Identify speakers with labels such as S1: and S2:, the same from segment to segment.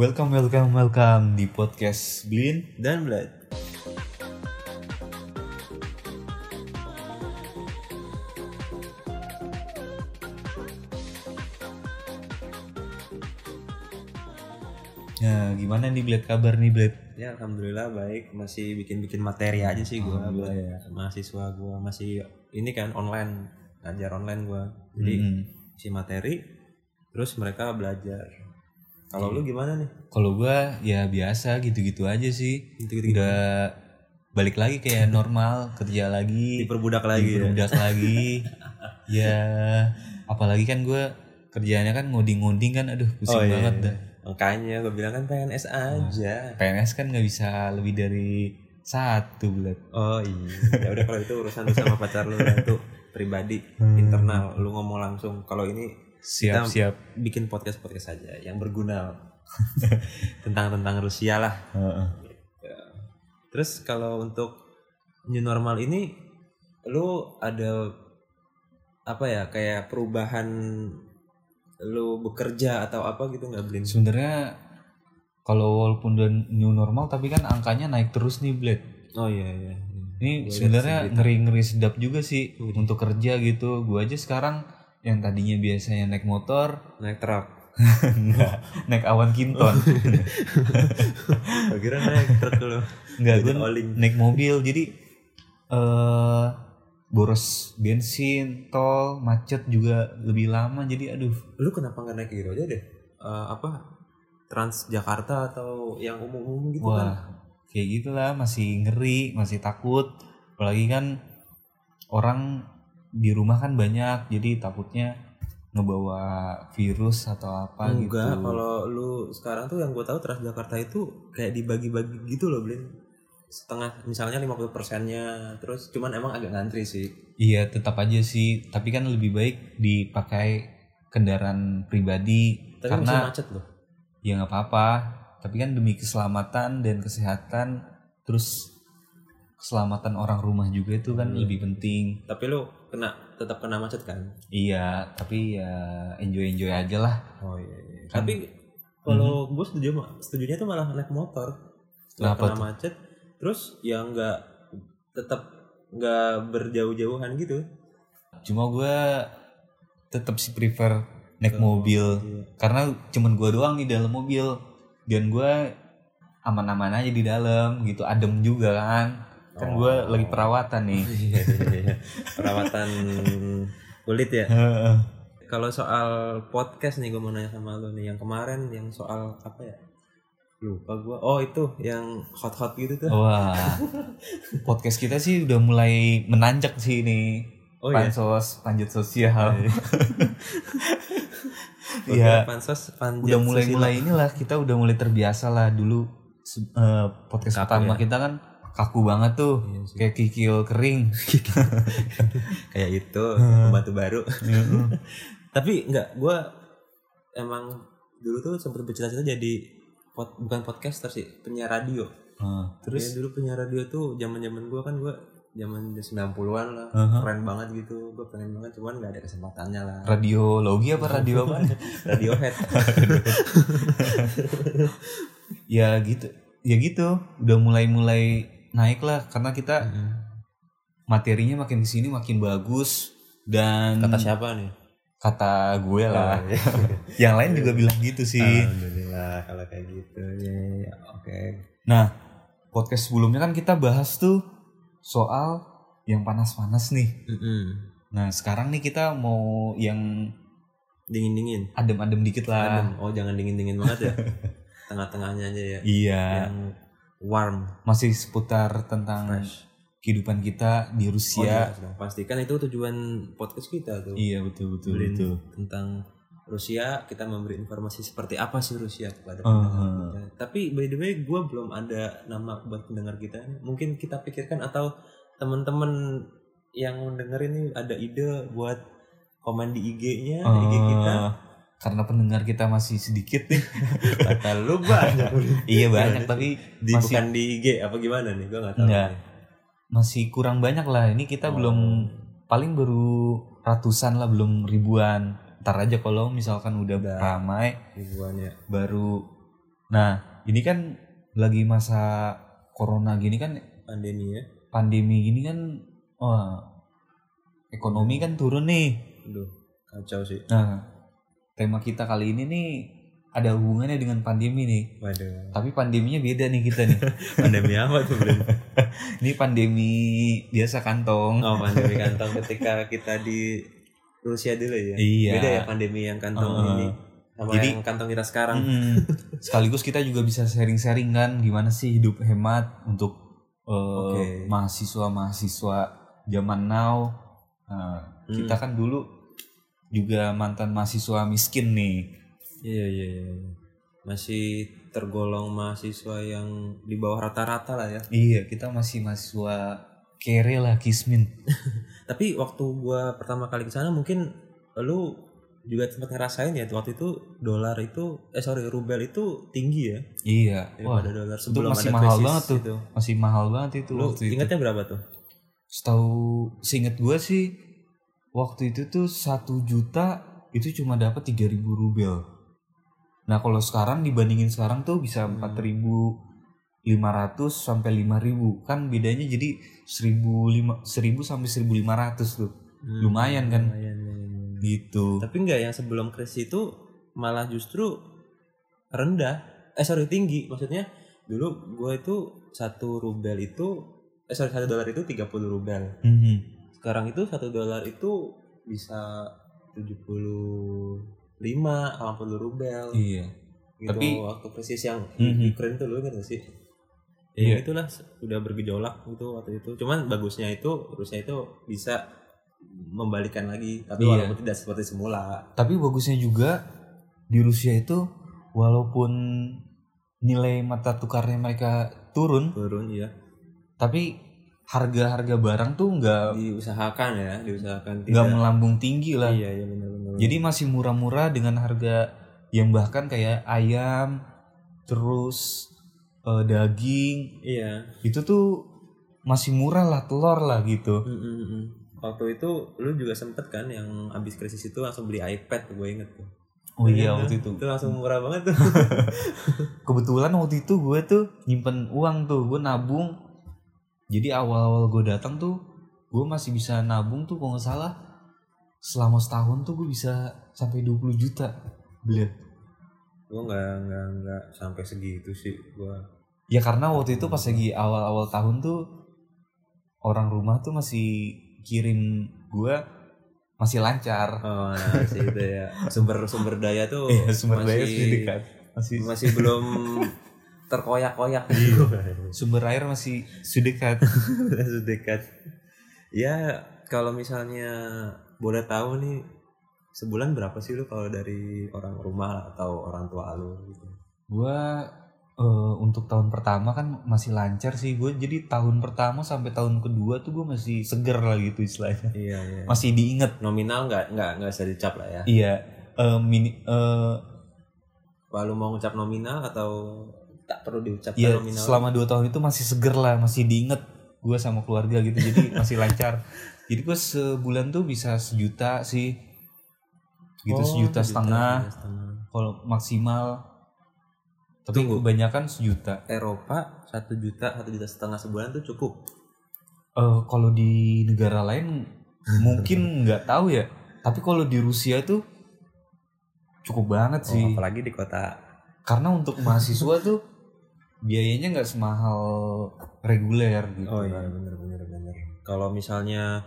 S1: Welcome, welcome, welcome di podcast Blin
S2: dan Blood.
S1: Nah, gimana nih Blade kabar nih Blade?
S2: Ya alhamdulillah baik, masih bikin-bikin materi aja sih gua
S1: Alhamdulillah ya.
S2: Blad. mahasiswa gua masih ini kan online, ngajar online gua. Jadi
S1: Hmm.
S2: si materi terus mereka belajar.
S1: Iya.
S2: Kalau lu gimana nih?
S1: Kalau gua ya biasa gitu-gitu aja sih.
S2: Gitu-gitu
S1: Udah balik lagi kayak normal, kerja lagi,
S2: diperbudak lagi ya.
S1: diperbudak lagi. ya, apalagi kan gua kerjaannya kan ngoding-ngoding kan, aduh pusing
S2: Oh, iya,
S1: banget
S2: iya.
S1: dah. Nah.
S2: Makanya gua bilang kan PNS aja.
S1: PNS kan nggak bisa lebih dari satu Blade.
S2: Oh iya. ya udah kalau itu urusan lu sama pacar lu lah, itu pribadi
S1: Hmm.
S2: internal lu ngomong langsung. Kalau ini Kita-
S1: Siap-siap.
S2: bikin podcast podcast saja yang berguna tentang tentang Rusia lah.
S1: Heeh.
S2: Terus kalau untuk new normal ini, lu ada apa ya kayak perubahan lu bekerja atau apa gitu nggak Blin?
S1: Sebenarnya kalau walaupun udah new normal tapi kan angkanya naik terus nih Blade.
S2: Oh iya iya.
S1: Ini
S2: Gua lihat
S1: sebenarnya
S2: sih
S1: ngeri-ngeri sedap juga sih
S2: Wih.
S1: untuk kerja gitu. Gua aja sekarang yang tadinya biasanya naik motor,
S2: berita. naik truk.
S1: enggak, naik awan kinton.
S2: Gua kira naik truk dulu.
S1: enggak, gue
S2: oling.
S1: naik mobil. Jadi eh boros bensin, tol, macet juga lebih lama. Jadi aduh,
S2: Lu kenapa nggak naik gitu aja deh? Eh, apa Trans Jakarta atau yang umum-umum gitu kan?
S1: Wah, kayak gitulah masih ngeri, masih takut. Apalagi kan orang di rumah kan banyak, jadi takutnya ngebawa virus atau apa
S2: Enggak,
S1: gitu.
S2: kalau lu sekarang tuh yang gue tahu Transjakarta itu kayak dibagi-bagi gitu loh, Blin. Setengah misalnya 50 persennya, terus cuman emang agak ngantri sih.
S1: Iya, tetap aja sih. Tapi kan lebih baik dipakai kendaraan pribadi
S2: Tapi
S1: karena
S2: masih macet loh.
S1: ya nggak apa-apa. Tapi kan demi keselamatan dan kesehatan, terus keselamatan orang rumah juga itu kan
S2: Hmm.
S1: lebih penting.
S2: Tapi lu kena tetap kena macet kan?
S1: Iya, tapi ya enjoy enjoy aja lah.
S2: Oh iya. iya.
S1: Kan. Mhm.
S2: Tapi kalau gue setuju mah, setujunya tuh malah naik motor. Setelah
S1: Kenapa
S2: kena macet, terus ya enggak tetap enggak berjauh-jauhan gitu.
S1: Cuma gue tetap sih prefer naik
S2: Ke
S1: mobil
S2: Iya.
S1: karena cuman gue doang di dalam mobil dan gue aman-aman aja di dalam gitu adem juga kan kan
S2: Oh.
S1: gue lagi perawatan nih
S2: Iya, iya, iya. Perawatan kulit ya. Kalau soal podcast nih gue mau nanya sama lu nih yang kemarin yang soal apa ya? Lupa gue. Oh itu yang hot-hot gitu
S1: Oh,
S2: tuh.
S1: wah podcast kita sih udah mulai menanjak sih ini
S2: Oh, iya.
S1: pansos panjat sosial
S2: Gua
S1: Iya.
S2: kira Pansos, panjat
S1: udah mulai
S2: sosial.
S1: mulai inilah kita udah mulai terbiasa lah dulu se- eh, podcast
S2: Kaku
S1: pertama
S2: ya.
S1: kita kan kaku banget tuh
S2: Iya sih.
S1: kayak kikil kering
S2: Kayak itu batu baru. Tapi enggak gue emang dulu tuh sempat bercita-cita jadi pod- bukan podcaster sih penyiar radio.
S1: Heeh.
S2: Terus dulu penyiar radio tuh zaman-zaman gue kan gue zaman 90-an lah.
S1: Heeh.
S2: Keren banget gitu. Gue pengen banget cuman nggak ada kesempatannya lah.
S1: radiologi apa radio apa
S2: Radiohead.
S1: ya gitu ya gitu udah mulai mulai naik lah karena kita materinya makin kesini makin bagus dan
S2: Kata siapa nih?
S1: kata gue lah
S2: Ah, Hmm. iya.
S1: yang lain juga bilang gitu
S2: Ah.
S1: sih
S2: Alhamdulillah kalau kayak gitu. Ya, ya, ya. Oke.
S1: nah podcast sebelumnya kan kita bahas tuh soal yang panas-panas nih nah sekarang nih kita mau yang
S2: Dingin-dingin.
S1: adem-adem dikit lah
S2: Adem. Oh, jangan dingin-dingin banget ya. Tengah-tengahnya aja ya.
S1: iya
S2: Yang warm,
S1: masih seputar tentang
S2: fresh.
S1: kehidupan kita di
S2: Oh, gitu.
S1: Rusia
S2: jelas dong. Pastikan itu tujuan podcast kita tuh.
S1: iya betul betul
S2: Beliin
S1: betul
S2: Tentang Rusia, kita memberi informasi seperti apa sih Rusia kepada
S1: Uh-huh.
S2: pendengar kita. Iya. Tapi by the way, gue belum ada nama buat pendengar kita. Mungkin kita pikirkan atau teman-teman yang mendengarin ini ada ide buat komen di IG-nya, IG kita.
S1: Eh, karena pendengar kita masih sedikit nih
S2: Kata lu banyak.
S1: iya banyak tapi
S2: di,
S1: masih
S2: bukan di IG apa gimana nih? Gue nggak tahu.
S1: Nggak.
S2: nih.
S1: masih kurang banyak lah ini kita
S2: Oh.
S1: belum paling baru ratusan lah belum ribuan ntar aja kalau misalkan udah
S2: Udah.
S1: ramai
S2: ribuan ya.
S1: baru Nah, ini kan lagi masa corona gini kan
S2: pandemi ya
S1: pandemi gini kan wah ekonomi kan turun nih.
S2: aduh kacau sih
S1: Nah, tema kita kali ini nih ada hubungannya dengan pandemi nih.
S2: waduh
S1: Tapi pandeminya beda nih kita nih.
S2: pandemi apa tuh Bren?
S1: ini pandemi biasa kan, kantong.
S2: oh pandemi kantong ketika kita di Rusia dulu ya
S1: Iya.
S2: beda ya pandemi yang kantong
S1: Heeh.
S2: ini sama
S1: Jadi-
S2: yang kantong kita sekarang
S1: Mm-mm. Sekaligus kita juga bisa sharing-sharing kan gimana sih hidup hemat untuk eh,
S2: Oke.
S1: mahasiswa-mahasiswa zaman now. Nah,
S2: Hmm.
S1: Kita kan dulu juga mantan mahasiswa miskin nih.
S2: Iya iya iya. Masih tergolong mahasiswa yang di bawah rata-rata lah ya.
S1: Iya, kita masih mahasiswa kere lah kismin.
S2: Tapi waktu gua pertama kali ke sana mungkin lu juga sempat ngerasain ya waktu itu dolar itu eh sorry rubel itu tinggi ya
S1: Iya. Wah,
S2: daripada dolar
S1: itu
S2: sebelum
S1: masih
S2: ada
S1: mahal
S2: krisis
S1: banget tuh.
S2: gitu.
S1: masih mahal banget itu
S2: Lu
S1: waktu itu.
S2: ingatnya berapa tuh?
S1: Setahu seinget gua sih waktu itu tuh satu juta itu cuma dapat 3000 rubel. Nah, kalau sekarang dibandingin sekarang tuh bisa
S2: Hmm.
S1: 4500 sampai 5000. Kan bedanya jadi 1000 1000 sampai 1500 tuh. Lumayan kan?
S2: Lumayan. iya, lumayan.
S1: Gitu.
S2: Tapi enggak yang sebelum krisis itu malah justru rendah. Eh sorry tinggi maksudnya. Dulu gue itu satu rubel itu eh sorry satu dolar itu 30 rubel.
S1: Mhm.
S2: Sekarang itu satu dolar itu bisa 75 80 rubel.
S1: Iya.
S2: Gitu.
S1: tapi-
S2: waktu krisis yang
S1: Mhm.
S2: Ukraine tuh lu ingat gak sih?
S1: Iya.
S2: Ya itulah udah bergejolak gitu waktu itu. Cuman bagusnya itu Rusia itu bisa membalikan lagi tapi
S1: Iya.
S2: walaupun tidak seperti semula
S1: Tapi bagusnya juga di Rusia itu walaupun nilai mata tukarnya mereka turun,
S2: turun ya
S1: tapi harga-harga barang tuh nggak
S2: diusahakan ya diusahakan
S1: nggak melambung tinggi lah.
S2: iya iya benar-benar
S1: Jadi masih murah-murah dengan harga yang bahkan kayak ayam, terus eh, daging
S2: iya
S1: itu tuh masih murah lah telur lah gitu.
S2: Mm, mm, mm. waktu itu lu juga sempet kan yang abis krisis itu langsung beli iPad gue inget tuh
S1: Oh iya
S2: Ingat
S1: waktu itu.
S2: tuh. itu langsung murah banget tuh
S1: Kebetulan waktu itu gue tuh nyimpen uang tuh gue nabung. Jadi awal-awal gue datang tuh gue masih bisa nabung tuh kalau nggak salah selama setahun tuh gue bisa sampai 20 juta beli
S2: gue nggak nggak nggak sampai segitu sih gue
S1: Ya karena waktu itu pas lagi awal-awal tahun tuh orang rumah tuh masih kirim gua masih lancar.
S2: oh nah, sih itu ya sumber sumber daya tuh
S1: Iya, sumber daya
S2: Oh, masih-
S1: masih dekat. Masih
S2: masih belum terkoyak-koyak gitu
S1: sumber air masih sedekat.
S2: Langsung dekat. Ya kalau misalnya boleh tahu nih sebulan berapa sih lu kalau dari orang rumah atau orang tua lu gitu?
S1: gua eh, untuk tahun pertama kan masih lancar sih gua. Jadi tahun pertama sampai tahun kedua tuh gua masih seger lah gitu istilahnya.
S2: Iya iya.
S1: Masih diinget.
S2: Nominal nggak nggak nggak bisa dicap lah ya.
S1: Iya. Eh mini eh,
S2: Kalau mau ngucap nominal atau tak perlu diucapkan
S1: ya
S2: nominal.
S1: selama dua tahun itu masih seger lah masih diinget gue sama keluarga gitu jadi masih lancar jadi gue sebulan tuh bisa sejuta sih gitu
S2: Oh,
S1: sejuta setengah
S2: sejuta setengah.
S1: kalau maksimal tapi
S2: Tunggu.
S1: kebanyakan sejuta
S2: Eropa satu juta satu juta setengah sebulan tuh cukup.
S1: Eh kalau di negara lain mungkin nggak tahu ya tapi kalau di Rusia tuh cukup banget
S2: Oh,
S1: sih
S2: apalagi di kota
S1: karena untuk mahasiswa tuh biayanya nggak semahal reguler gitu kan.
S2: Oh iya bener bener bener. Kalau misalnya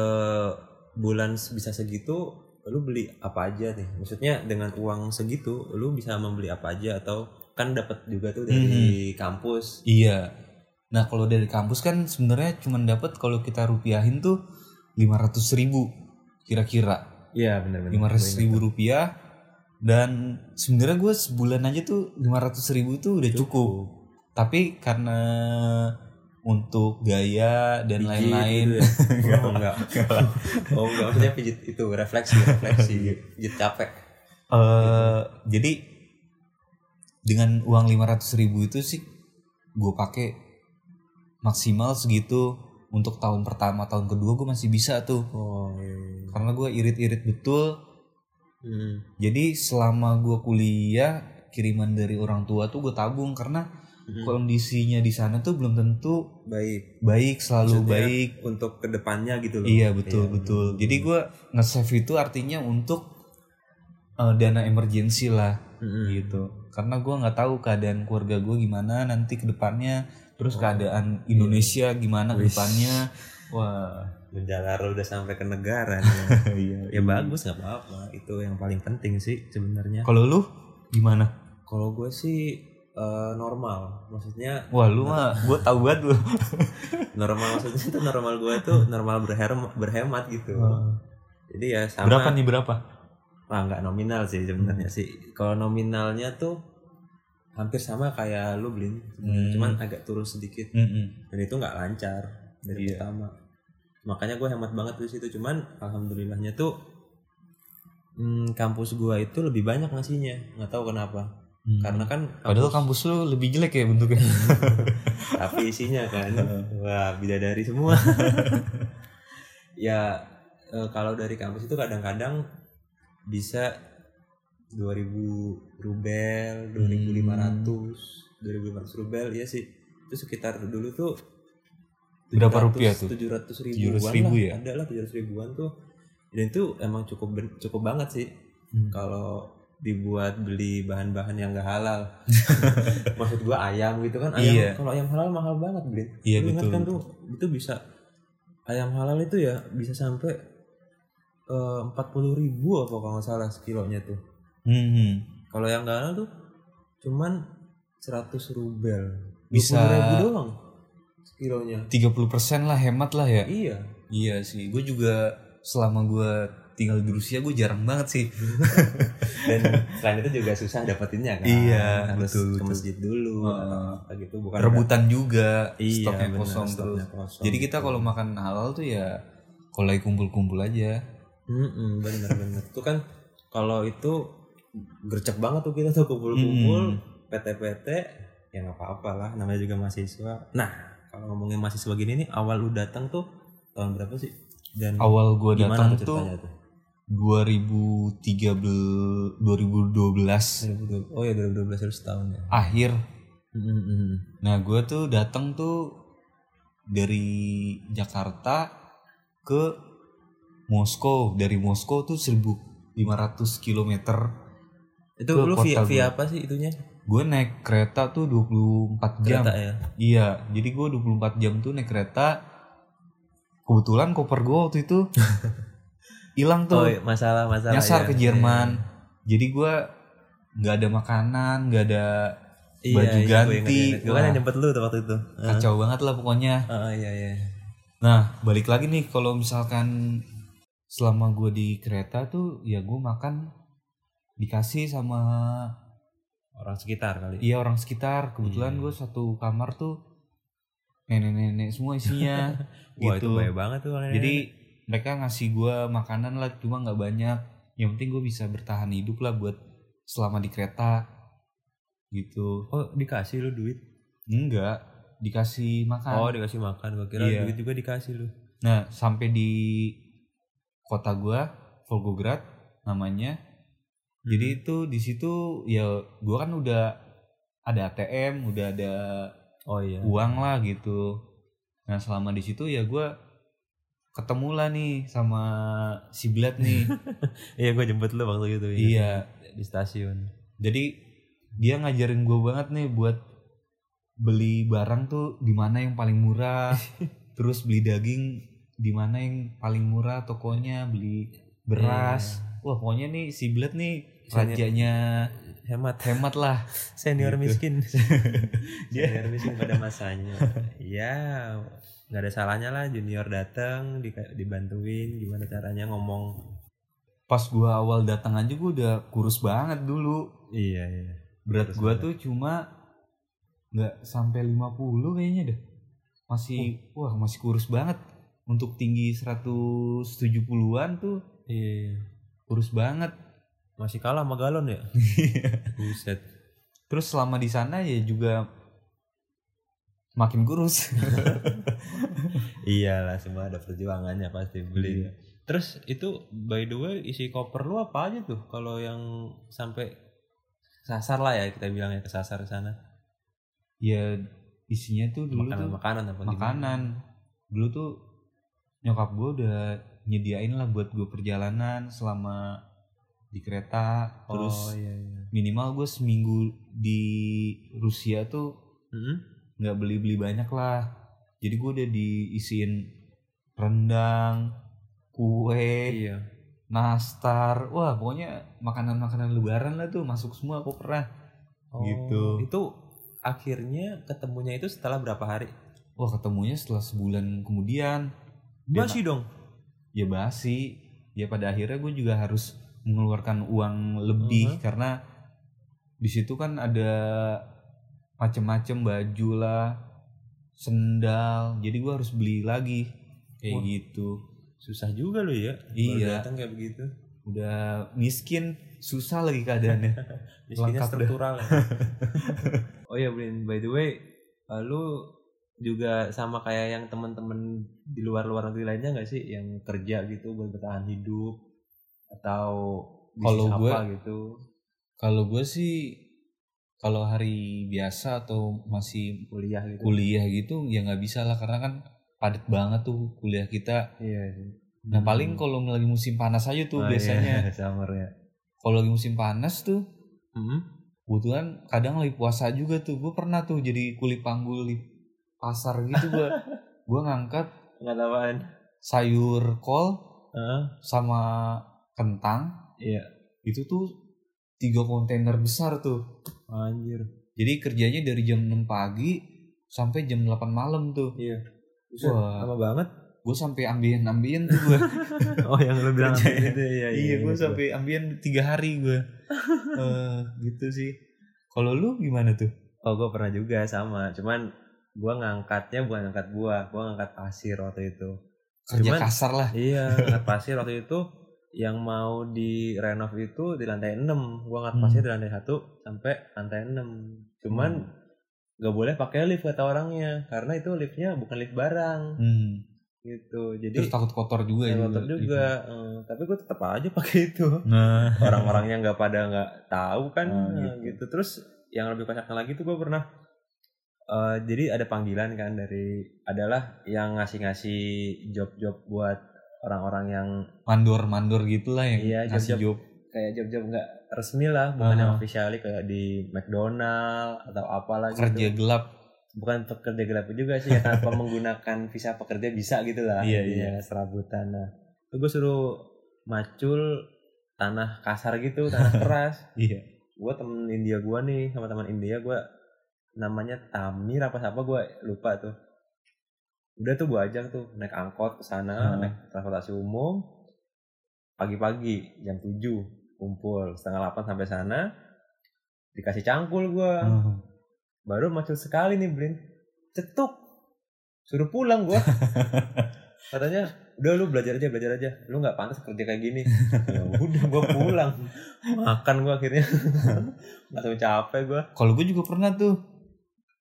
S2: sebulan se- bisa segitu, lu beli apa aja nih? Maksudnya dengan uang segitu, lu bisa membeli apa aja atau kan dapat juga tuh dari kampus?
S1: Iya. Nah kalau dari kampus kan sebenarnya cuma dapat kalau kita rupiahin tuh 500.000 ribu kira-kira.
S2: Iya bener
S1: 500.000 ribu rupiah dan sebenarnya gue sebulan aja tuh 500.000 ribu tuh udah cukup. Tapi karena untuk gaya dan lain-lain.
S2: oh enggak. Iya. oh enggak. Maksudnya pijit itu refleksi refleksi pijit capek.
S1: eh Jadi dengan uang 500.000 ribu itu sih gue pakai maksimal segitu untuk tahun pertama tahun kedua gue masih bisa tuh
S2: Oh iya.
S1: karena gue irit-irit betul
S2: Hmm.
S1: jadi selama gue kuliah kiriman dari orang tua tuh gue tabung karena kondisinya di sana tuh belum tentu
S2: Hmm. baik
S1: baik selalu
S2: Maksudnya
S1: baik
S2: untuk kedepannya gitu loh
S1: Iya betul
S2: Iya.
S1: betul. Jadi gue nge-save itu artinya untuk eh, dana emergency lah
S2: Mm-mm.
S1: gitu. Karena gue nggak tahu keadaan keluarga gue gimana nanti kedepannya, terus keadaan Indonesia gimana
S2: Wis.
S1: kedepannya. Wah.
S2: menjalar udah sampai ke negara nih.
S1: iya.
S2: ya bagus nggak apa-apa itu yang paling penting sih sebenarnya
S1: Kalau lu gimana?
S2: kalau gue sih eh, normal maksudnya
S1: Wah lu mah gue tahu banget lu.
S2: normal maksudnya itu normal gue tuh normal berhemat berhemat gitu
S1: Iya.
S2: jadi ya sama
S1: berapa nih berapa?
S2: Wah nggak nominal sih sebenarnya sih. Kalau nominalnya tuh hampir sama kayak lu beli,
S1: Hmm.
S2: cuman agak turun sedikit.
S1: Mm-mm.
S2: Dan itu nggak lancar dari
S1: Iya.
S2: pertama. Makanya gue hemat banget di situ. Cuman alhamdulillahnya tuh hmm, kampus gua itu lebih banyak ngasihnya. Nggak tahu kenapa.
S1: Hmm.
S2: Karena kan
S1: Padahal
S2: kampus-
S1: kampus lu lebih jelek ya bentuknya.
S2: tapi isinya kan wah bidadari semua ya eh, kalau dari kampus itu kadang-kadang bisa 2000 rubel 2500 2500 rubel ya sih itu sekitar dulu tuh
S1: Berapa rupiah tuh?
S2: 700 ribuan
S1: 700 ribu
S2: lah,
S1: ya?
S2: ada lah 700 ribuan tuh dan itu emang cukup ben- cukup banget sih
S1: Hmm.
S2: kalau dibuat beli bahan-bahan yang gak halal maksud gua ayam gitu kan ayam
S1: Iya.
S2: kalau ayam halal mahal banget Blin
S1: Iya,
S2: Lu
S1: betul,
S2: ingat kan tuh itu bisa ayam halal itu ya bisa sampai eh, empat puluh ribu apa kalau nggak salah sekilonya tuh
S1: Mm-mm.
S2: kalau yang gak halal tuh cuman 100 rubel
S1: Bisa-
S2: ribu doang sekilonya
S1: 30% lah hemat lah ya.
S2: iya
S1: Iya sih, gue juga selama gue tinggal di Rusia gue jarang banget sih.
S2: dan selain itu juga susah dapetinnya kan
S1: Iya,
S2: harus
S1: betul,
S2: ke
S1: betul.
S2: masjid dulu
S1: Heeh.
S2: atau apa gitu bukan
S1: Rebutan juga,
S2: Iya,
S1: stoknya
S2: benar,
S1: kosong
S2: stoknya
S1: terus.
S2: kosong.
S1: Jadi kita kalau makan halal tuh ya kalau lagi kumpul-kumpul aja.
S2: Mm-mm, bener bener. Itu kan kalau itu gercep banget tuh kita tuh kumpul-kumpul PT-PT ya nggak apa-apa lah namanya juga mahasiswa. Nah kalau ngomongin mahasiswa gini nih awal lu datang tuh tahun berapa sih? Dan
S1: Awal gue
S2: gimana
S1: datang
S2: tuh
S1: tuh
S2: ceritanya tuh?
S1: 2013 2012
S2: 2012. Oh ya 2012 harus setahun ya.
S1: akhir.
S2: Mm-mm.
S1: Nah, gue tuh datang tuh dari Jakarta ke Moskow. Dari Moskow tuh 1500 km.
S2: Itu
S1: Ke
S2: lu
S1: kota
S2: via,
S1: gua.
S2: via apa sih itunya?
S1: gue naik kereta tuh 24 jam.
S2: Kereta ya.
S1: Iya, jadi gue 24 jam tuh naik kereta. Kebetulan koper gue waktu itu hilang
S2: Oh
S1: tuh,
S2: masalah masalah.
S1: nyasar
S2: ya.
S1: ke Jerman. Jadi gue nggak ada makanan, nggak ada
S2: Iya,
S1: baju
S2: iya, gua ingat,
S1: ganti. Kan.
S2: ingat. Gua kan yang nyempet lu tuh waktu itu. Heeh.
S1: Kacau banget lah pokoknya.
S2: Heeh, iya iya.
S1: Nah, balik lagi nih kalau misalkan selama gue di kereta tuh ya gue makan dikasih sama
S2: Orang sekitar kali.
S1: Iya orang sekitar. Kebetulan
S2: Hmm.
S1: gue satu kamar tuh nenek-nenek semua isinya
S2: Wah
S1: gitu.
S2: itu banyak banget tuh. orangnya.
S1: Jadi mereka ngasih gue makanan lah cuma nggak banyak. Yang penting gue bisa bertahan hidup lah buat selama di kereta gitu.
S2: Oh dikasih lu duit?
S1: Enggak dikasih makan.
S2: Oh dikasih makan, gua kira
S1: Iya.
S2: duit juga dikasih lu.
S1: Nah sampai di kota gue Volgograd namanya. Jadi itu di situ ya gue kan udah ada ATM, udah ada
S2: Oh iya.
S1: uang lah gitu. Nah selama di situ ya gue ketemulah nih sama si Blad nih.
S2: Iya gua jemput lu waktu itu. ingat.
S1: iya.
S2: Di stasiun.
S1: Jadi dia ngajarin gue banget nih buat beli barang tuh di mana yang paling murah, terus beli daging di mana yang paling murah tokonya, beli beras. Wah pokoknya nih si Blad nih
S2: Senior-
S1: rajanya
S2: Hemat
S1: hemat lah.
S2: senior
S1: Gitu. Iya.
S2: miskin.
S1: Dia-
S2: senior miskin pada masanya. Iya. nggak ada salahnya lah junior datang di- dibantuin gimana caranya ngomong.
S1: Pas gua awal datang aja gue udah kurus banget dulu.
S2: Iya iya.
S1: Berat
S2: Terus
S1: gua
S2: berat.
S1: tuh cuma nggak sampai 50 kayaknya deh. Masih wah masih kurus banget. Untuk tinggi 170-an tuh
S2: Iya. iya.
S1: kurus banget.
S2: Masih kalah sama galon ya?
S1: Iya.
S2: Buset.
S1: Terus selama di sana ya juga makin kurus.
S2: Iyalah semua ada perjuangannya pasti beli.
S1: Iya.
S2: Terus itu by the way isi koper lu apa aja tuh kalau yang sampai kesasar lah ya kita bilang ya kesasar di sana
S1: ya isinya tuh dulu
S2: makanan
S1: tuh
S2: makanan apa gitu. gimana?
S1: Iya, makanan dulu tuh nyokap gue udah nyediain lah buat gue perjalanan selama di kereta
S2: oh,
S1: terus
S2: iya, iya.
S1: minimal gue seminggu di Rusia tuh
S2: Mm-mm.
S1: nggak beli beli banyak lah jadi gue udah diisiin rendang kue
S2: iya
S1: nastar wah pokoknya makanan makanan lebaran lah tuh masuk semua aku pernah
S2: Oh,
S1: Gitu.
S2: itu akhirnya ketemunya itu setelah berapa hari
S1: wah ketemunya setelah sebulan kemudian Dia
S2: basi dong
S1: ya basi ya pada akhirnya gue juga harus mengeluarkan uang lebih
S2: Mhm.
S1: karena di situ kan ada macem-macem baju lah sendal jadi gue harus beli lagi kayak
S2: Wah.
S1: gitu
S2: susah juga lo ya
S1: Iya.
S2: datang kayak begitu
S1: udah miskin susah lagi keadaannya
S2: Miskinnya
S1: Lengkap dah.
S2: struktural ya. oh ya Blin, by the way, uh, lu juga sama kayak yang temen-temen di luar-luar negeri lainnya nggak sih yang kerja gitu buat bertahan hidup atau
S1: Kalau
S2: bisnis
S1: gue-
S2: apa gitu.
S1: kalau gue sih kalau hari biasa atau masih
S2: kuliah gitu.
S1: kuliah gitu ya nggak bisa lah karena kan padat banget tuh kuliah kita
S2: Iya. sih.
S1: nah paling
S2: Hmm.
S1: kalau lagi musim panas aja tuh
S2: Oh,
S1: biasanya
S2: iya, summer ya.
S1: kalau lagi musim panas tuh
S2: Hmm?
S1: kebetulan kadang lagi puasa juga tuh gue pernah tuh jadi kulit panggul di pasar gitu gue gue ngangkat
S2: Nggak apaan.
S1: sayur kol
S2: Heeh.
S1: sama kentang
S2: Iya.
S1: itu tuh tiga kontainer besar tuh
S2: Anjir.
S1: jadi kerjanya dari jam 6 pagi sampai jam 8 malam tuh
S2: Iya. Buset,
S1: wah
S2: Lama banget.
S1: gue sampai ambien ambien tuh gue
S2: Oh yang lu bilang
S1: Kerja
S2: abis itu ya.
S1: iya gue sampai ambien tiga hari gue Eh, gitu sih kalau lu gimana tuh
S2: Oh gue pernah juga sama, cuman gue ngangkatnya bukan ngangkat buah, gue ngangkat pasir waktu itu.
S1: kerja
S2: Cuman-
S1: kasar lah
S2: Iya, ngangkat pasir waktu itu yang mau direnov itu di lantai 6. Gua ngangkat
S1: Hmm.
S2: pasir dari lantai 1 sampai lantai 6. Cuman
S1: Hmm.
S2: nggak boleh pakai lift kata orangnya karena itu liftnya bukan lift barang
S1: Hmm.
S2: gitu. Jadi
S1: terus takut kotor juga
S2: ya
S1: ya
S2: kotor juga. Eh, tapi gue tetap aja pakai itu.
S1: nah
S2: Orang-orangnya nggak pada nggak tahu kan
S1: Ah,
S2: nah, gitu. Terus yang lebih kocaknya lagi tuh gue pernah eh, jadi ada panggilan kan dari adalah yang ngasih-ngasih job-job buat orang-orang yang
S1: mandor mandor gitulah yang
S2: Iya,
S1: ngasih job,
S2: kayak job-job nggak resmi lah bukan
S1: Aha.
S2: yang officially kayak di McDonald atau apalah
S1: kerja
S2: gitu
S1: gelap
S2: bukan pekerja gelap juga sih ya tanpa menggunakan visa pekerja bisa gitu lah
S1: Iya,
S2: intinya, serabutan nah itu gue suruh macul tanah kasar gitu tanah keras
S1: iya
S2: gue temen India gue nih sama teman India gue namanya Tamir apa siapa gue lupa tuh udah tuh gue ajak tuh naik angkot ke
S1: Ah.
S2: sana naik transportasi umum pagi-pagi jam 7 kumpul setengah 8 sampai sana dikasih cangkul gue
S1: Eh,
S2: baru macul sekali nih Blin cetuk suruh pulang gue katanya udah lu belajar aja belajar aja lu nggak pantas kerja kayak gini ya udah gue pulang makan gue akhirnya langsung capek gue
S1: kalau gue juga pernah tuh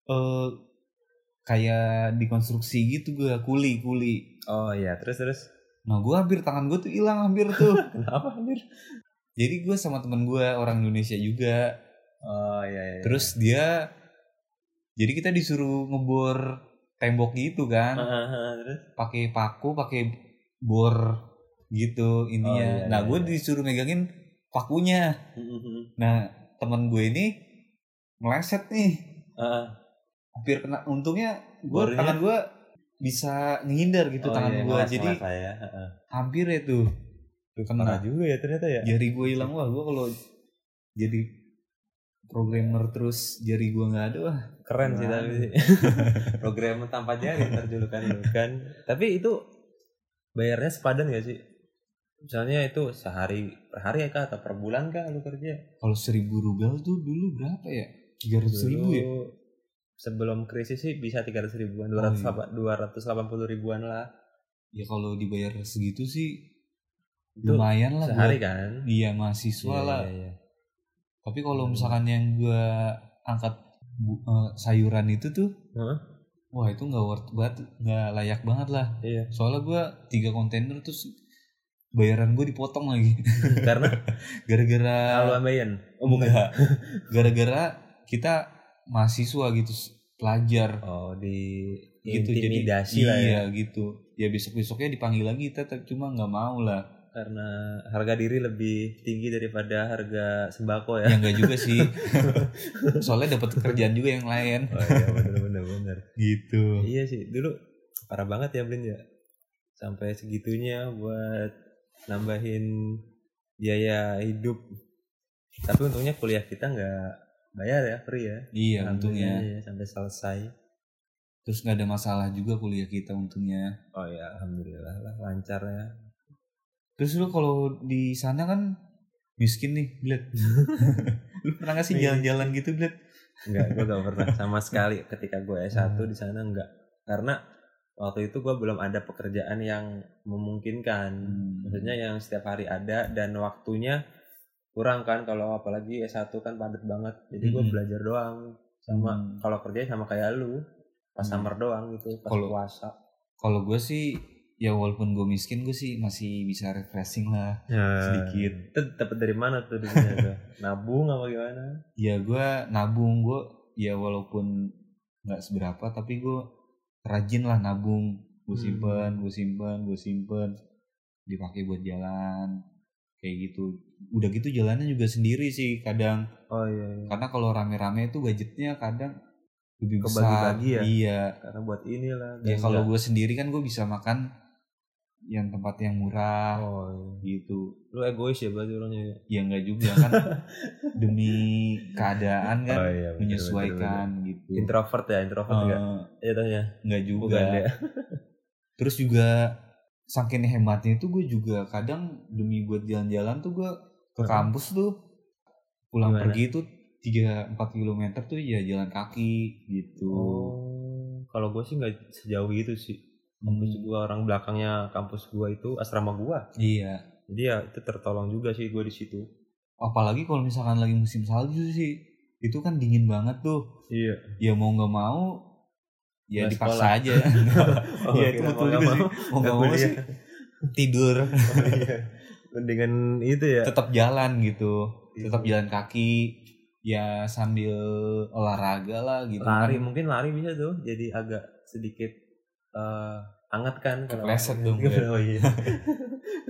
S1: eh kayak dikonstruksi gitu gue kuli kuli
S2: oh iya terus terus
S1: nah gue hampir tangan gue tuh hilang hampir tuh
S2: kenapa anjir
S1: jadi gue sama teman gue orang Indonesia juga
S2: oh iya, iya.
S1: terus dia jadi kita disuruh ngebor tembok gitu kan
S2: Hahaha, terus
S1: pakai paku pakai bor gitu intinya
S2: Oh, iya,
S1: nah
S2: iya,
S1: gue
S2: iya.
S1: disuruh megangin pakunya Nah, teman gue ini meleset nih.
S2: Heeh.
S1: Hampir kena untungnya gue
S2: Bornya?
S1: tangan gue bisa ngehindar gitu
S2: Oh,
S1: tangan
S2: iya,
S1: gue.
S2: ngelas,
S1: Jadi Nah.
S2: ngelas lah ya. Heeh.
S1: hampir ya tuh. Tuh
S2: parah
S1: kena.
S2: juga ya ternyata ya
S1: Jari gue hilang wah gue kalau jadi programmer terus jari gue nggak ada wah.
S2: keren sih
S1: Nah.
S2: tapi program tanpa jari ntar julukan lu kan tapi itu bayarnya sepadan gak sih misalnya itu sehari per hari ya kah atau per bulan kah lu kerja
S1: Kalau seribu rubel tuh dulu berapa ya? Tiga ratus
S2: Dulu
S1: ribu ya?
S2: sebelum krisis sih bisa 300 ribuan 200
S1: iya.
S2: apa- 280 ribuan lah
S1: Ya kalau dibayar segitu sih
S2: Itu
S1: lumayan lah.
S2: sehari
S1: buat
S2: kan
S1: Iya mahasiswa
S2: Iya,
S1: lah.
S2: iya, iya.
S1: Tapi kalau
S2: Hmm.
S1: misalkan yang gue angkat bu- eh, sayuran itu tuh,
S2: Hah?
S1: wah itu nggak worth banget, nggak layak banget lah.
S2: Iya.
S1: Soalnya gue tiga kontainer terus bayaran gue dipotong lagi
S2: Karena
S1: gara-gara
S2: Halo Ambeien.
S1: oh, enggak. gara-gara kita mahasiswa gitu s- pelajar
S2: Oh di
S1: gitu
S2: intimidasi lah ya.
S1: iya gitu ya besok besoknya dipanggil lagi kita tapi cuma nggak mau lah
S2: Karena harga diri lebih tinggi daripada harga sembako ya.
S1: ya nggak juga sih soalnya dapat kerjaan juga yang lain
S2: Oh iya bener bener bener.
S1: gitu
S2: iya sih dulu parah banget ya Blin ya. Sampai segitunya buat nambahin biaya hidup. Tapi untungnya kuliah kita nggak bayar ya free ya.
S1: iya untungnya
S2: Alhamdulillah ya, sampai selesai.
S1: terus nggak ada masalah juga kuliah kita untungnya
S2: Oh ya alhamdulillah lah lancar ya.
S1: terus lu kalau di sana kan miskin nih Bled lu pernah gak sih
S2: Iya.
S1: jalan-jalan gitu Bled
S2: Enggak, gue gak pernah sama sekali ketika gue S1 di sana enggak. Karena waktu itu gue belum ada pekerjaan yang memungkinkan. Hmm, Maksudnya yang setiap hari ada dan waktunya kurang kan kalau apalagi S1 kan padat banget. Jadi gue
S1: Mm-mm.
S2: belajar doang sama
S1: Hmm.
S2: kalau kerja sama kayak lu pas
S1: Hmm.
S2: summer doang gitu, pas
S1: Kalau-
S2: puasa.
S1: kalau gue sih ya walaupun gue miskin gue sih masih bisa refreshing lah
S2: Ya. Sedikit.
S1: sedikit
S2: Itu dapat dari mana tuh duitnya tuh? Nabung apa gimana?
S1: ya gue nabung gue ya walaupun nggak seberapa tapi gue rajin lah nabung gue
S2: Hmm.
S1: simpen gue simpen gue simpen dipakai buat jalan kayak gitu udah gitu jalannya juga sendiri sih kadang
S2: Oh iya, iya.
S1: karena kalau rame-rame itu budgetnya kadang lebih besar
S2: Kebagi-bagi ya? Iya.
S1: iya
S2: Karena buat inilah.
S1: ya
S2: dan
S1: kalau gue
S2: enggak-
S1: sendiri kan gue bisa makan yang tempat yang murah
S2: Oh iya.
S1: gitu
S2: Lu egois ya berarti orangnya. ya?
S1: ya nggak juga kan demi keadaan kan
S2: Oh iya, bener, bener,
S1: menyesuaikan gitu
S2: bener. Introvert ya, introvert
S1: Eh,
S2: enggak? Iya tanya.
S1: nggak juga
S2: Bukan ya.
S1: terus juga saking hematnya itu gue juga kadang demi buat jalan-jalan tuh gue ke
S2: Heeh.
S1: kampus tuh pulang
S2: Gimana?
S1: pergi itu tiga empat kilometer tuh ya jalan kaki gitu
S2: Oh. Kalau gue sih nggak sejauh itu sih. Kampus
S1: Hmm,
S2: gua orang belakangnya kampus gua itu asrama gua.
S1: iya
S2: Jadi ya itu tertolong juga sih gua di situ.
S1: apalagi kalau misalkan lagi musim salju sih itu kan dingin banget tuh
S2: Iya.
S1: ya mau nggak mau ya
S2: Nggak
S1: dipaksa
S2: sekolah.
S1: aja
S2: Oh,
S1: Iya, itu
S2: kira
S1: betul
S2: mau nggak
S1: juga
S2: mau.
S1: sih. mau nggak mau
S2: kuliah.
S1: sih tidur
S2: Oh, iya. Mendingan itu ya.
S1: tetap jalan gitu tetap
S2: Iya.
S1: jalan kaki ya sambil olahraga lah gitu
S2: Lari
S1: Kan
S2: mungkin lari bisa tuh. Jadi agak sedikit eh anget kan kalau
S1: Kepleset dong gue.
S2: Oh iya.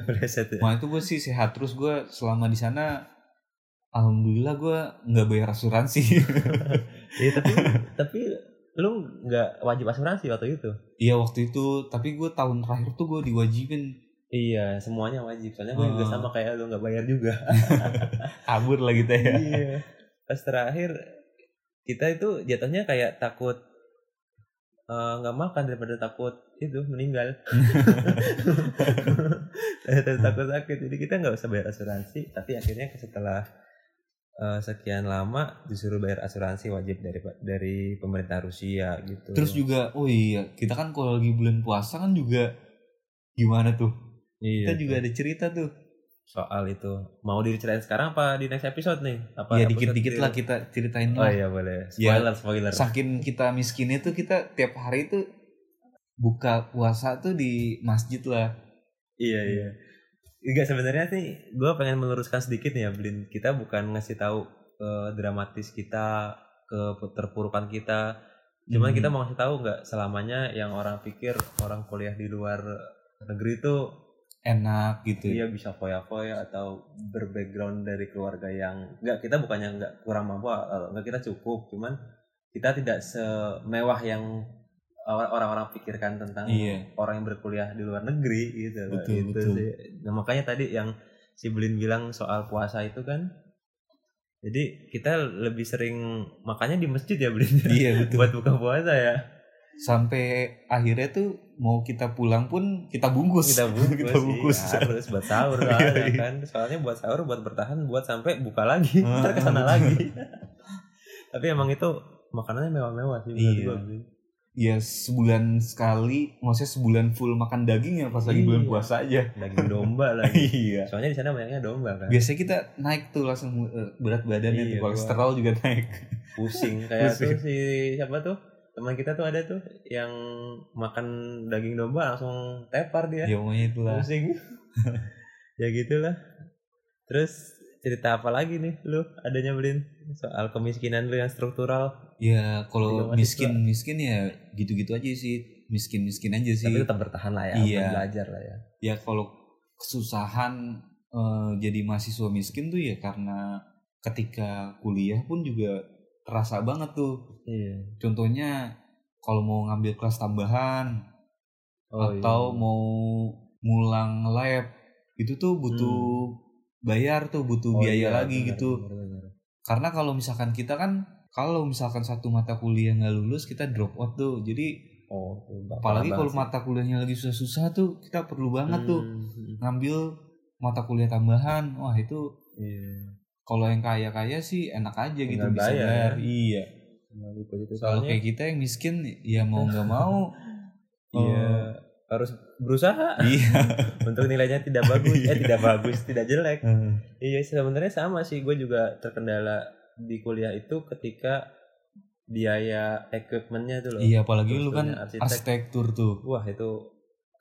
S2: Kepleset ya.
S1: Wah itu gue sih sehat terus gue selama di sana alhamdulillah gue nggak bayar asuransi
S2: Iya tapi tapi lu nggak wajib asuransi waktu itu.
S1: iya waktu itu tapi gue tahun terakhir tuh gue diwajibin
S2: Iya, semuanya wajib. Soalnya gue juga
S1: Ah.
S2: sama kayak lu nggak bayar juga.
S1: kabur lah gitu ya
S2: Iya. Pas terakhir kita itu jatuhnya kayak takut eh, nggak makan daripada takut itu meninggal.
S1: Hmm.
S2: Daripada takut sakit. Jadi kita nggak usah bayar asuransi. Tapi akhirnya setelah eh, sekian lama disuruh bayar asuransi wajib dari dari pemerintah Rusia gitu.
S1: terus juga oh iya kita kan kalau lagi bulan puasa kan juga gimana tuh
S2: Iya,
S1: kita juga ada cerita tuh
S2: soal itu mau diceritain sekarang apa di next episode nih? Apa
S1: ya
S2: episode
S1: dikit-dikit
S2: di-
S1: lah kita ceritain
S2: Oh
S1: lah
S2: iya boleh.
S1: Ya.
S2: Spoiler spoiler.
S1: saking kita miskinnya tuh kita tiap hari tuh buka puasa tuh di masjid lah
S2: Iya iya. Enggak sebenarnya sih gue pengen meluruskan sedikit nih ya Blin. Kita bukan ngasih tahu ke dramatis kita, ke terpurukan kita. Cuman
S1: Hmm.
S2: kita mau ngasih tahu nggak selamanya yang orang pikir orang kuliah di luar negeri itu
S1: enak gitu
S2: dia bisa foya-foya atau berbackground dari keluarga yang enggak kita bukannya enggak kurang mampu eh, enggak kita cukup cuman kita tidak semewah yang orang-orang pikirkan tentang
S1: iya
S2: orang yang berkuliah di luar negeri gitu loh.
S1: Betul,
S2: Itu
S1: betul.
S2: sih. Nah, makanya tadi yang si Belin bilang soal puasa itu kan jadi kita lebih sering makanya di masjid ya Belin
S1: iya betul
S2: buat buka puasa ya
S1: sampai akhirnya tuh mau kita pulang pun kita bungkus
S2: kita bungkus,
S1: Kita bungkus.
S2: iya, harus buat sahur
S1: Iya,
S2: soalnya
S1: iya.
S2: kan soalnya buat sahur buat bertahan buat sampai buka lagi
S1: Ah,
S2: ntar kesana
S1: betul.
S2: lagi tapi emang itu makanannya mewah-mewah sih menurut
S1: Iya.
S2: gua, Blin.
S1: ya sebulan sekali maksudnya sebulan full makan daging ya pas lagi bulan
S2: Iya.
S1: puasa aja
S2: daging domba lagi
S1: iya
S2: soalnya di sana banyaknya domba kan
S1: biasanya kita naik tuh langsung eh, berat badannya
S2: Iya,
S1: tuh kolesterol juga naik
S2: pusing kayak
S1: Pusing.
S2: tuh si siapa tuh teman kita tuh ada tuh yang makan daging domba langsung tepar dia
S1: Iya, ya pokoknya itulah
S2: pusing ya gitulah terus cerita apa lagi nih lu adanya Blin soal kemiskinan lu yang struktural
S1: ya kalau
S2: Tiga mahasiswa.
S1: miskin miskin ya gitu-gitu aja sih miskin miskin aja sih
S2: tapi tetap bertahan lah ya
S1: Iya.
S2: belajar lah ya
S1: ya kalau kesusahan eh, jadi mahasiswa miskin tuh ya karena ketika kuliah pun juga terasa banget tuh
S2: iya
S1: contohnya kalau mau ngambil kelas tambahan
S2: Oh, iya.
S1: atau mau ngulang lab itu tuh butuh bayar tuh
S2: Oh,
S1: butuh
S2: iya,
S1: biaya lagi gitu karena kalau misalkan kita kan kalau misalkan satu mata kuliah nggak lulus kita drop out tuh jadi
S2: oh
S1: apalagi kalau mata kuliahnya lagi susah-susah tuh kita perlu banget
S2: Hmm.
S1: tuh ngambil mata kuliah tambahan wah itu
S2: Iya,
S1: kalau yang kaya-kaya sih enak aja gitu
S2: Tinggal
S1: bisa
S2: bayar.
S1: bayar iya kalau
S2: nah, gitu, soalnya
S1: kayak kita yang miskin ya mau nggak mau
S2: iya harus berusaha
S1: eh, iya
S2: untuk nilainya tidak bagus eh
S1: Iya.
S2: tidak bagus tidak jelek
S1: Eh,
S2: iya sebenarnya sama sih gue juga terkendala di kuliah itu ketika biaya equipmentnya tuh loh
S1: iya apalagi
S2: Terus
S1: lu kan
S2: punya arsitek.
S1: arsitektur tuh
S2: wah itu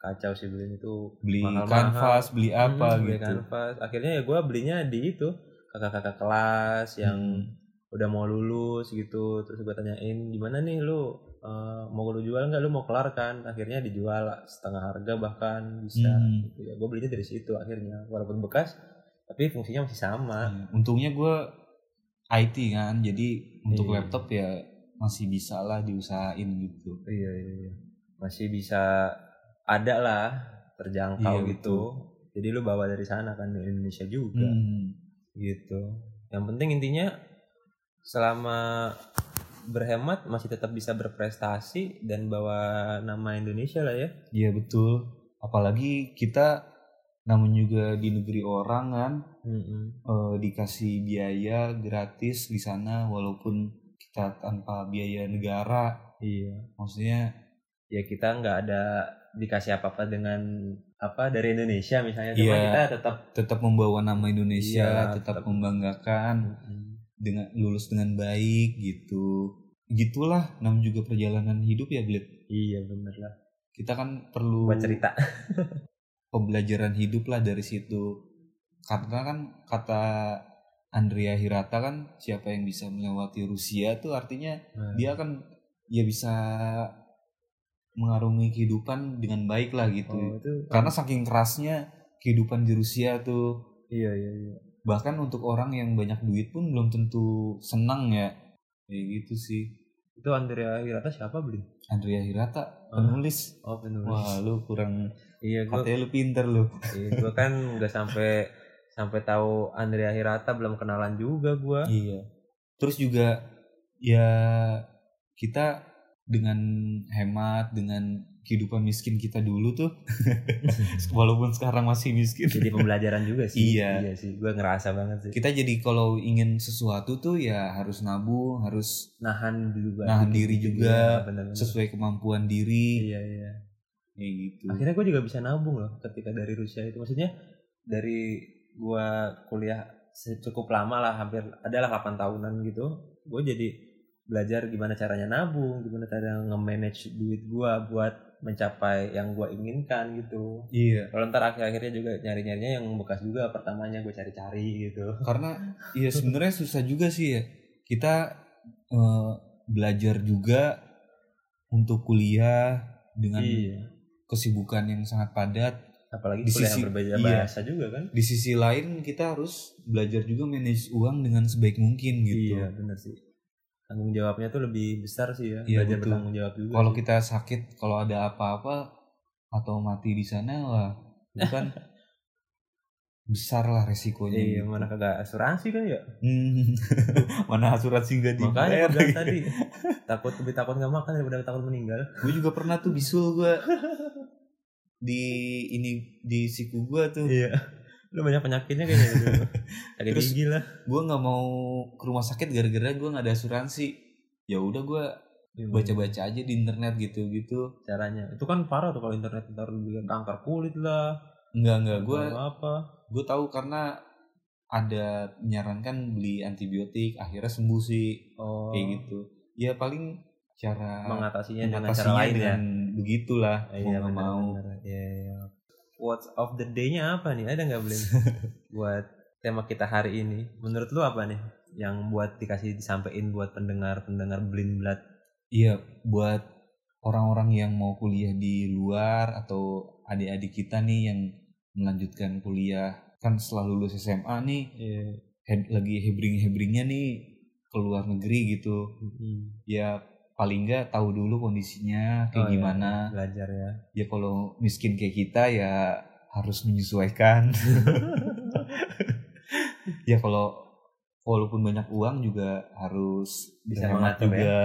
S2: kacau sih beli itu
S1: beli
S2: Mahal-mahal.
S1: kanvas beli apa
S2: Hmm, beli
S1: gitu
S2: kanvas. akhirnya ya gue belinya di itu kakak-kakak kelas yang
S1: Hmm.
S2: udah mau lulus gitu terus gue tanyain gimana nih lu eh, mau lu jual nggak lu mau kelar kan akhirnya dijual lah, setengah harga bahkan bisa
S1: Hmm.
S2: gitu ya gue belinya dari situ akhirnya walaupun bekas tapi fungsinya masih sama
S1: Hmm. untungnya gue IT kan jadi untuk
S2: Iya.
S1: laptop ya masih bisa lah diusahain gitu
S2: iya iya, iya. masih bisa ada lah terjangkau
S1: Iya,
S2: gitu jadi lu bawa dari sana kan dari Indonesia juga
S1: Hmm.
S2: gitu yang penting intinya selama berhemat masih tetap bisa berprestasi dan bawa nama Indonesia lah ya
S1: iya betul apalagi kita namun juga di negeri orang kan eh, dikasih biaya gratis di sana walaupun kita tanpa biaya negara
S2: iya
S1: maksudnya
S2: ya kita nggak ada dikasih apa apa dengan apa dari Indonesia misalnya cuma
S1: Iya.
S2: kita tetap
S1: tetap membawa nama Indonesia
S2: Iya,
S1: tetap
S2: tetap.
S1: membanggakan dengan lulus dengan baik gitu gitulah namun juga perjalanan hidup ya Blit
S2: iya bener lah
S1: kita kan perlu
S2: buat cerita
S1: pembelajaran hidup lah dari situ karena kan kata Andrea Hirata kan siapa yang bisa melewati Rusia tuh artinya
S2: Nah.
S1: dia akan ya bisa mengarungi kehidupan dengan baik lah
S2: oh,
S1: gitu
S2: itu
S1: karena saking kerasnya kehidupan di Rusia tuh
S2: iya iya iya
S1: bahkan untuk orang yang banyak duit pun belum tentu senang ya kayak gitu sih
S2: itu Andrea Hirata siapa beli
S1: Andrea Hirata
S2: Ah.
S1: penulis
S2: oh penulis
S1: wah lu kurang
S2: iya gua-
S1: katanya lu pinter lu
S2: Iya, gue kan nggak sampai sampai tahu Andrea Hirata belum kenalan juga gua
S1: Iya. Terus juga ya kita dengan hemat dengan kehidupan miskin kita dulu tuh walaupun sekarang masih miskin
S2: jadi pembelajaran juga sih
S1: Iya.
S2: sih gue ngerasa banget sih
S1: kita jadi kalau ingin sesuatu tuh ya harus nabung harus
S2: nahan juga
S1: Nahan diri juga.
S2: bener
S1: sesuai kemampuan diri
S2: iya iya
S1: kayak gitu
S2: akhirnya gue juga bisa nabung loh ketika dari Rusia itu maksudnya dari gua kuliah se- cukup lama lah hampir adalah 8 tahunan gitu gue jadi belajar gimana caranya nabung gimana cara nge-manage duit gua buat mencapai yang gua inginkan gitu
S1: iya
S2: Kalau ntar akhir-akhirnya juga nyari-nyarinya yang bekas juga pertamanya gue cari-cari gitu.
S1: karena ya sebenarnya susah juga sih ya kita eh, belajar juga untuk kuliah dengan
S2: Iya.
S1: kesibukan yang sangat padat
S2: Apalagi
S1: Di
S2: kuliah
S1: sisi-
S2: yang berbeda
S1: iya.
S2: bahasa juga kan.
S1: di sisi lain kita harus belajar juga manage uang dengan sebaik mungkin gitu.
S2: Iya bener sih. Tanggung jawabnya tuh lebih besar sih ya.
S1: Iya,
S2: Belajar
S1: betul.
S2: bertanggung jawab juga.
S1: Kalau
S2: sih.
S1: kita sakit, kalau ada apa-apa atau mati di sana lah, itu kan besar lah resikonya.
S2: Iya
S1: gitu.
S2: mana kagak asuransi kan ya.
S1: Hmm, mana asuransi nggak
S2: Makanya
S1: dibayar
S2: gue bilang
S1: lagi.
S2: tadi. Takut lebih takut nggak makan daripada takut meninggal.
S1: Gue juga pernah tuh bisul gue di ini di siku gue tuh.
S2: Iya. Lu banyak penyakitnya kayaknya. gitu. Kayak
S1: Terus-
S2: gigi lah.
S1: Gue nggak mau ke rumah sakit gara-gara gue nggak ada asuransi. Ya udah gue
S2: Iya.
S1: baca-baca aja di internet gitu-gitu.
S2: caranya. Itu kan parah tuh kalau internet ntar bikin kanker kulit lah.
S1: Enggak enggak gue
S2: atau apa?
S1: gue tahu karena ada menyarankan beli antibiotik akhirnya sembuh sih
S2: Oh.
S1: kayak gitu ya paling cara
S2: Mengatasinya dengan cara
S1: mengatasinya
S2: lain ya.
S1: dengan begitulah
S2: Iya
S1: mau nggak
S2: benar,
S1: mau
S2: benar. Iya, iya. quotes of the day-nya apa nih? Ada nggak Blin? buat tema kita hari ini. Menurut lu apa nih yang buat dikasih disampaikan buat pendengar-pendengar Blin Blood?
S1: Iya, buat orang-orang yang mau kuliah di luar atau adik-adik kita nih yang melanjutkan kuliah kan setelah lulus SMA nih
S2: Iya.
S1: he- lagi hebring-hebringnya nih ke luar negeri gitu.
S2: Mm-mm.
S1: Ya paling nggak tahu dulu kondisinya kayak
S2: Oh, iya,
S1: gimana.
S2: Belajar ya.
S1: Ya kalau miskin kayak kita ya harus menyesuaikan. ya kalau walaupun banyak uang juga harus
S2: Bisa
S1: berhemat
S2: mengatur ya.
S1: juga.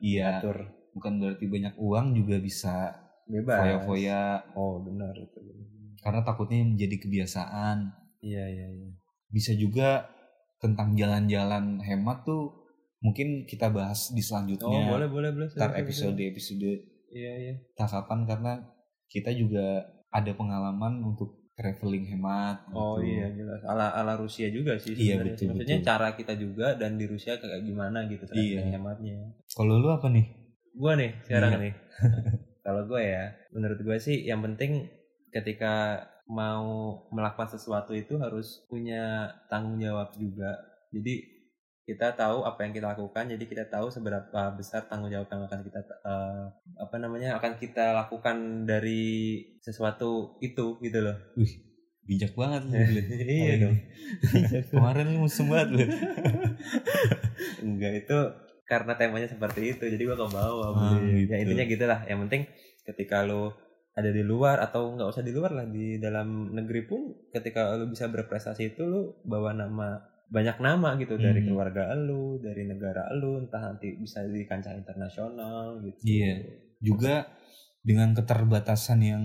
S1: Iya,
S2: Atur
S1: bukan berarti banyak uang juga bisa
S2: bebas.
S1: foya-foya
S2: Oh, benar itu.
S1: karena takutnya menjadi kebiasaan.
S2: Iya, iya, iya.
S1: Bisa juga tentang jalan-jalan hemat tuh mungkin kita bahas di selanjutnya.
S2: Oh, boleh, boleh, boleh.
S1: Ntar
S2: Silakan, silakan.
S1: episode-episode
S2: Iya, iya.
S1: takapan karena kita juga ada pengalaman untuk traveling hemat.
S2: Oh
S1: gitu.
S2: iya jelas ala ala Rusia juga sih
S1: Iya,
S2: sebenarnya.
S1: betul,
S2: Maksudnya
S1: betul.
S2: cara kita juga dan di Rusia kayak gimana gitu cara
S1: Iya.
S2: kita hematnya.
S1: Kalau lu apa nih?
S2: Gua nih sekarang
S1: Iya.
S2: nih. Kalau gue ya, menurut gue sih yang penting ketika mau melakukan sesuatu itu harus punya tanggung jawab juga. Jadi kita tahu apa yang kita lakukan, jadi kita tahu seberapa besar tanggung jawab yang akan kita eh, apa namanya akan kita lakukan dari sesuatu itu gitu loh.
S1: Wih, bijak banget lu. Blit.
S2: iya
S1: Kali
S2: dong.
S1: ini. Kemarin lu musim banget, Blit.
S2: enggak itu karena temanya seperti itu jadi gua ke bawah
S1: Ah,
S2: beli. ya
S1: gitu.
S2: intinya gitulah yang penting ketika lu ada di luar atau nggak usah di luar lah di dalam negeri pun ketika lu bisa berprestasi itu lu bawa nama banyak nama gitu dari
S1: Hmm.
S2: keluarga lu dari negara lu entah nanti bisa di kancah internasional gitu
S1: Iya. Juga dengan keterbatasan yang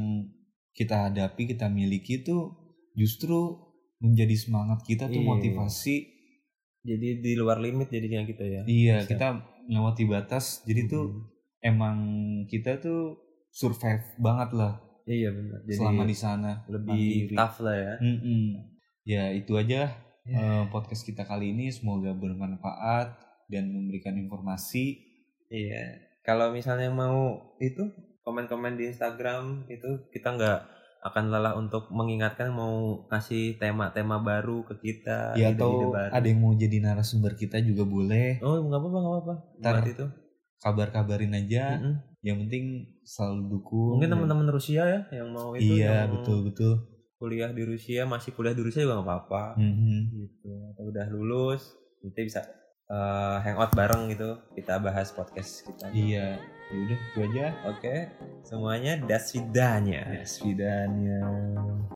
S1: kita hadapi, kita miliki itu justru menjadi semangat kita tuh
S2: Iya.
S1: motivasi.
S2: jadi di luar limit jadinya gitu ya
S1: Iya,
S2: Siap.
S1: kita melewati batas. Jadi tuh
S2: Mm.
S1: emang kita tuh survive banget lah
S2: iya benar jadi
S1: selama di sana.
S2: lebih
S1: mandiri.
S2: tough lah ya
S1: Mm-mm. Ya itu aja lah,
S2: Ya.
S1: eh, podcast kita kali ini semoga bermanfaat dan memberikan informasi.
S2: Iya. Kalau misalnya mau itu komen-komen di Instagram itu kita nggak akan lelah untuk mengingatkan mau kasih tema-tema baru ke kita.
S1: ya
S2: ide-ide
S1: atau
S2: baru.
S1: ada yang mau jadi narasumber kita juga boleh.
S2: Oh nggak apa-apa nggak apa-apa.
S1: Ntar. ya. Iya.
S2: Buat itu.
S1: Kabar-kabarin aja.
S2: Mm-mm.
S1: Yang penting selalu dukung.
S2: Mungkin
S1: dan-
S2: teman-teman Rusia ya yang mau itu
S1: Iya
S2: yang
S1: betul betul.
S2: kuliah di Rusia masih kuliah di Rusia juga nggak apa-apa.
S1: Mhm.
S2: Gitu. Atau udah lulus nanti bisa eh, hangout bareng gitu kita bahas podcast kita.
S1: Iya. Ya udah itu aja.
S2: Ya. Oke semuanya dasidanya.
S1: Yes, Widania.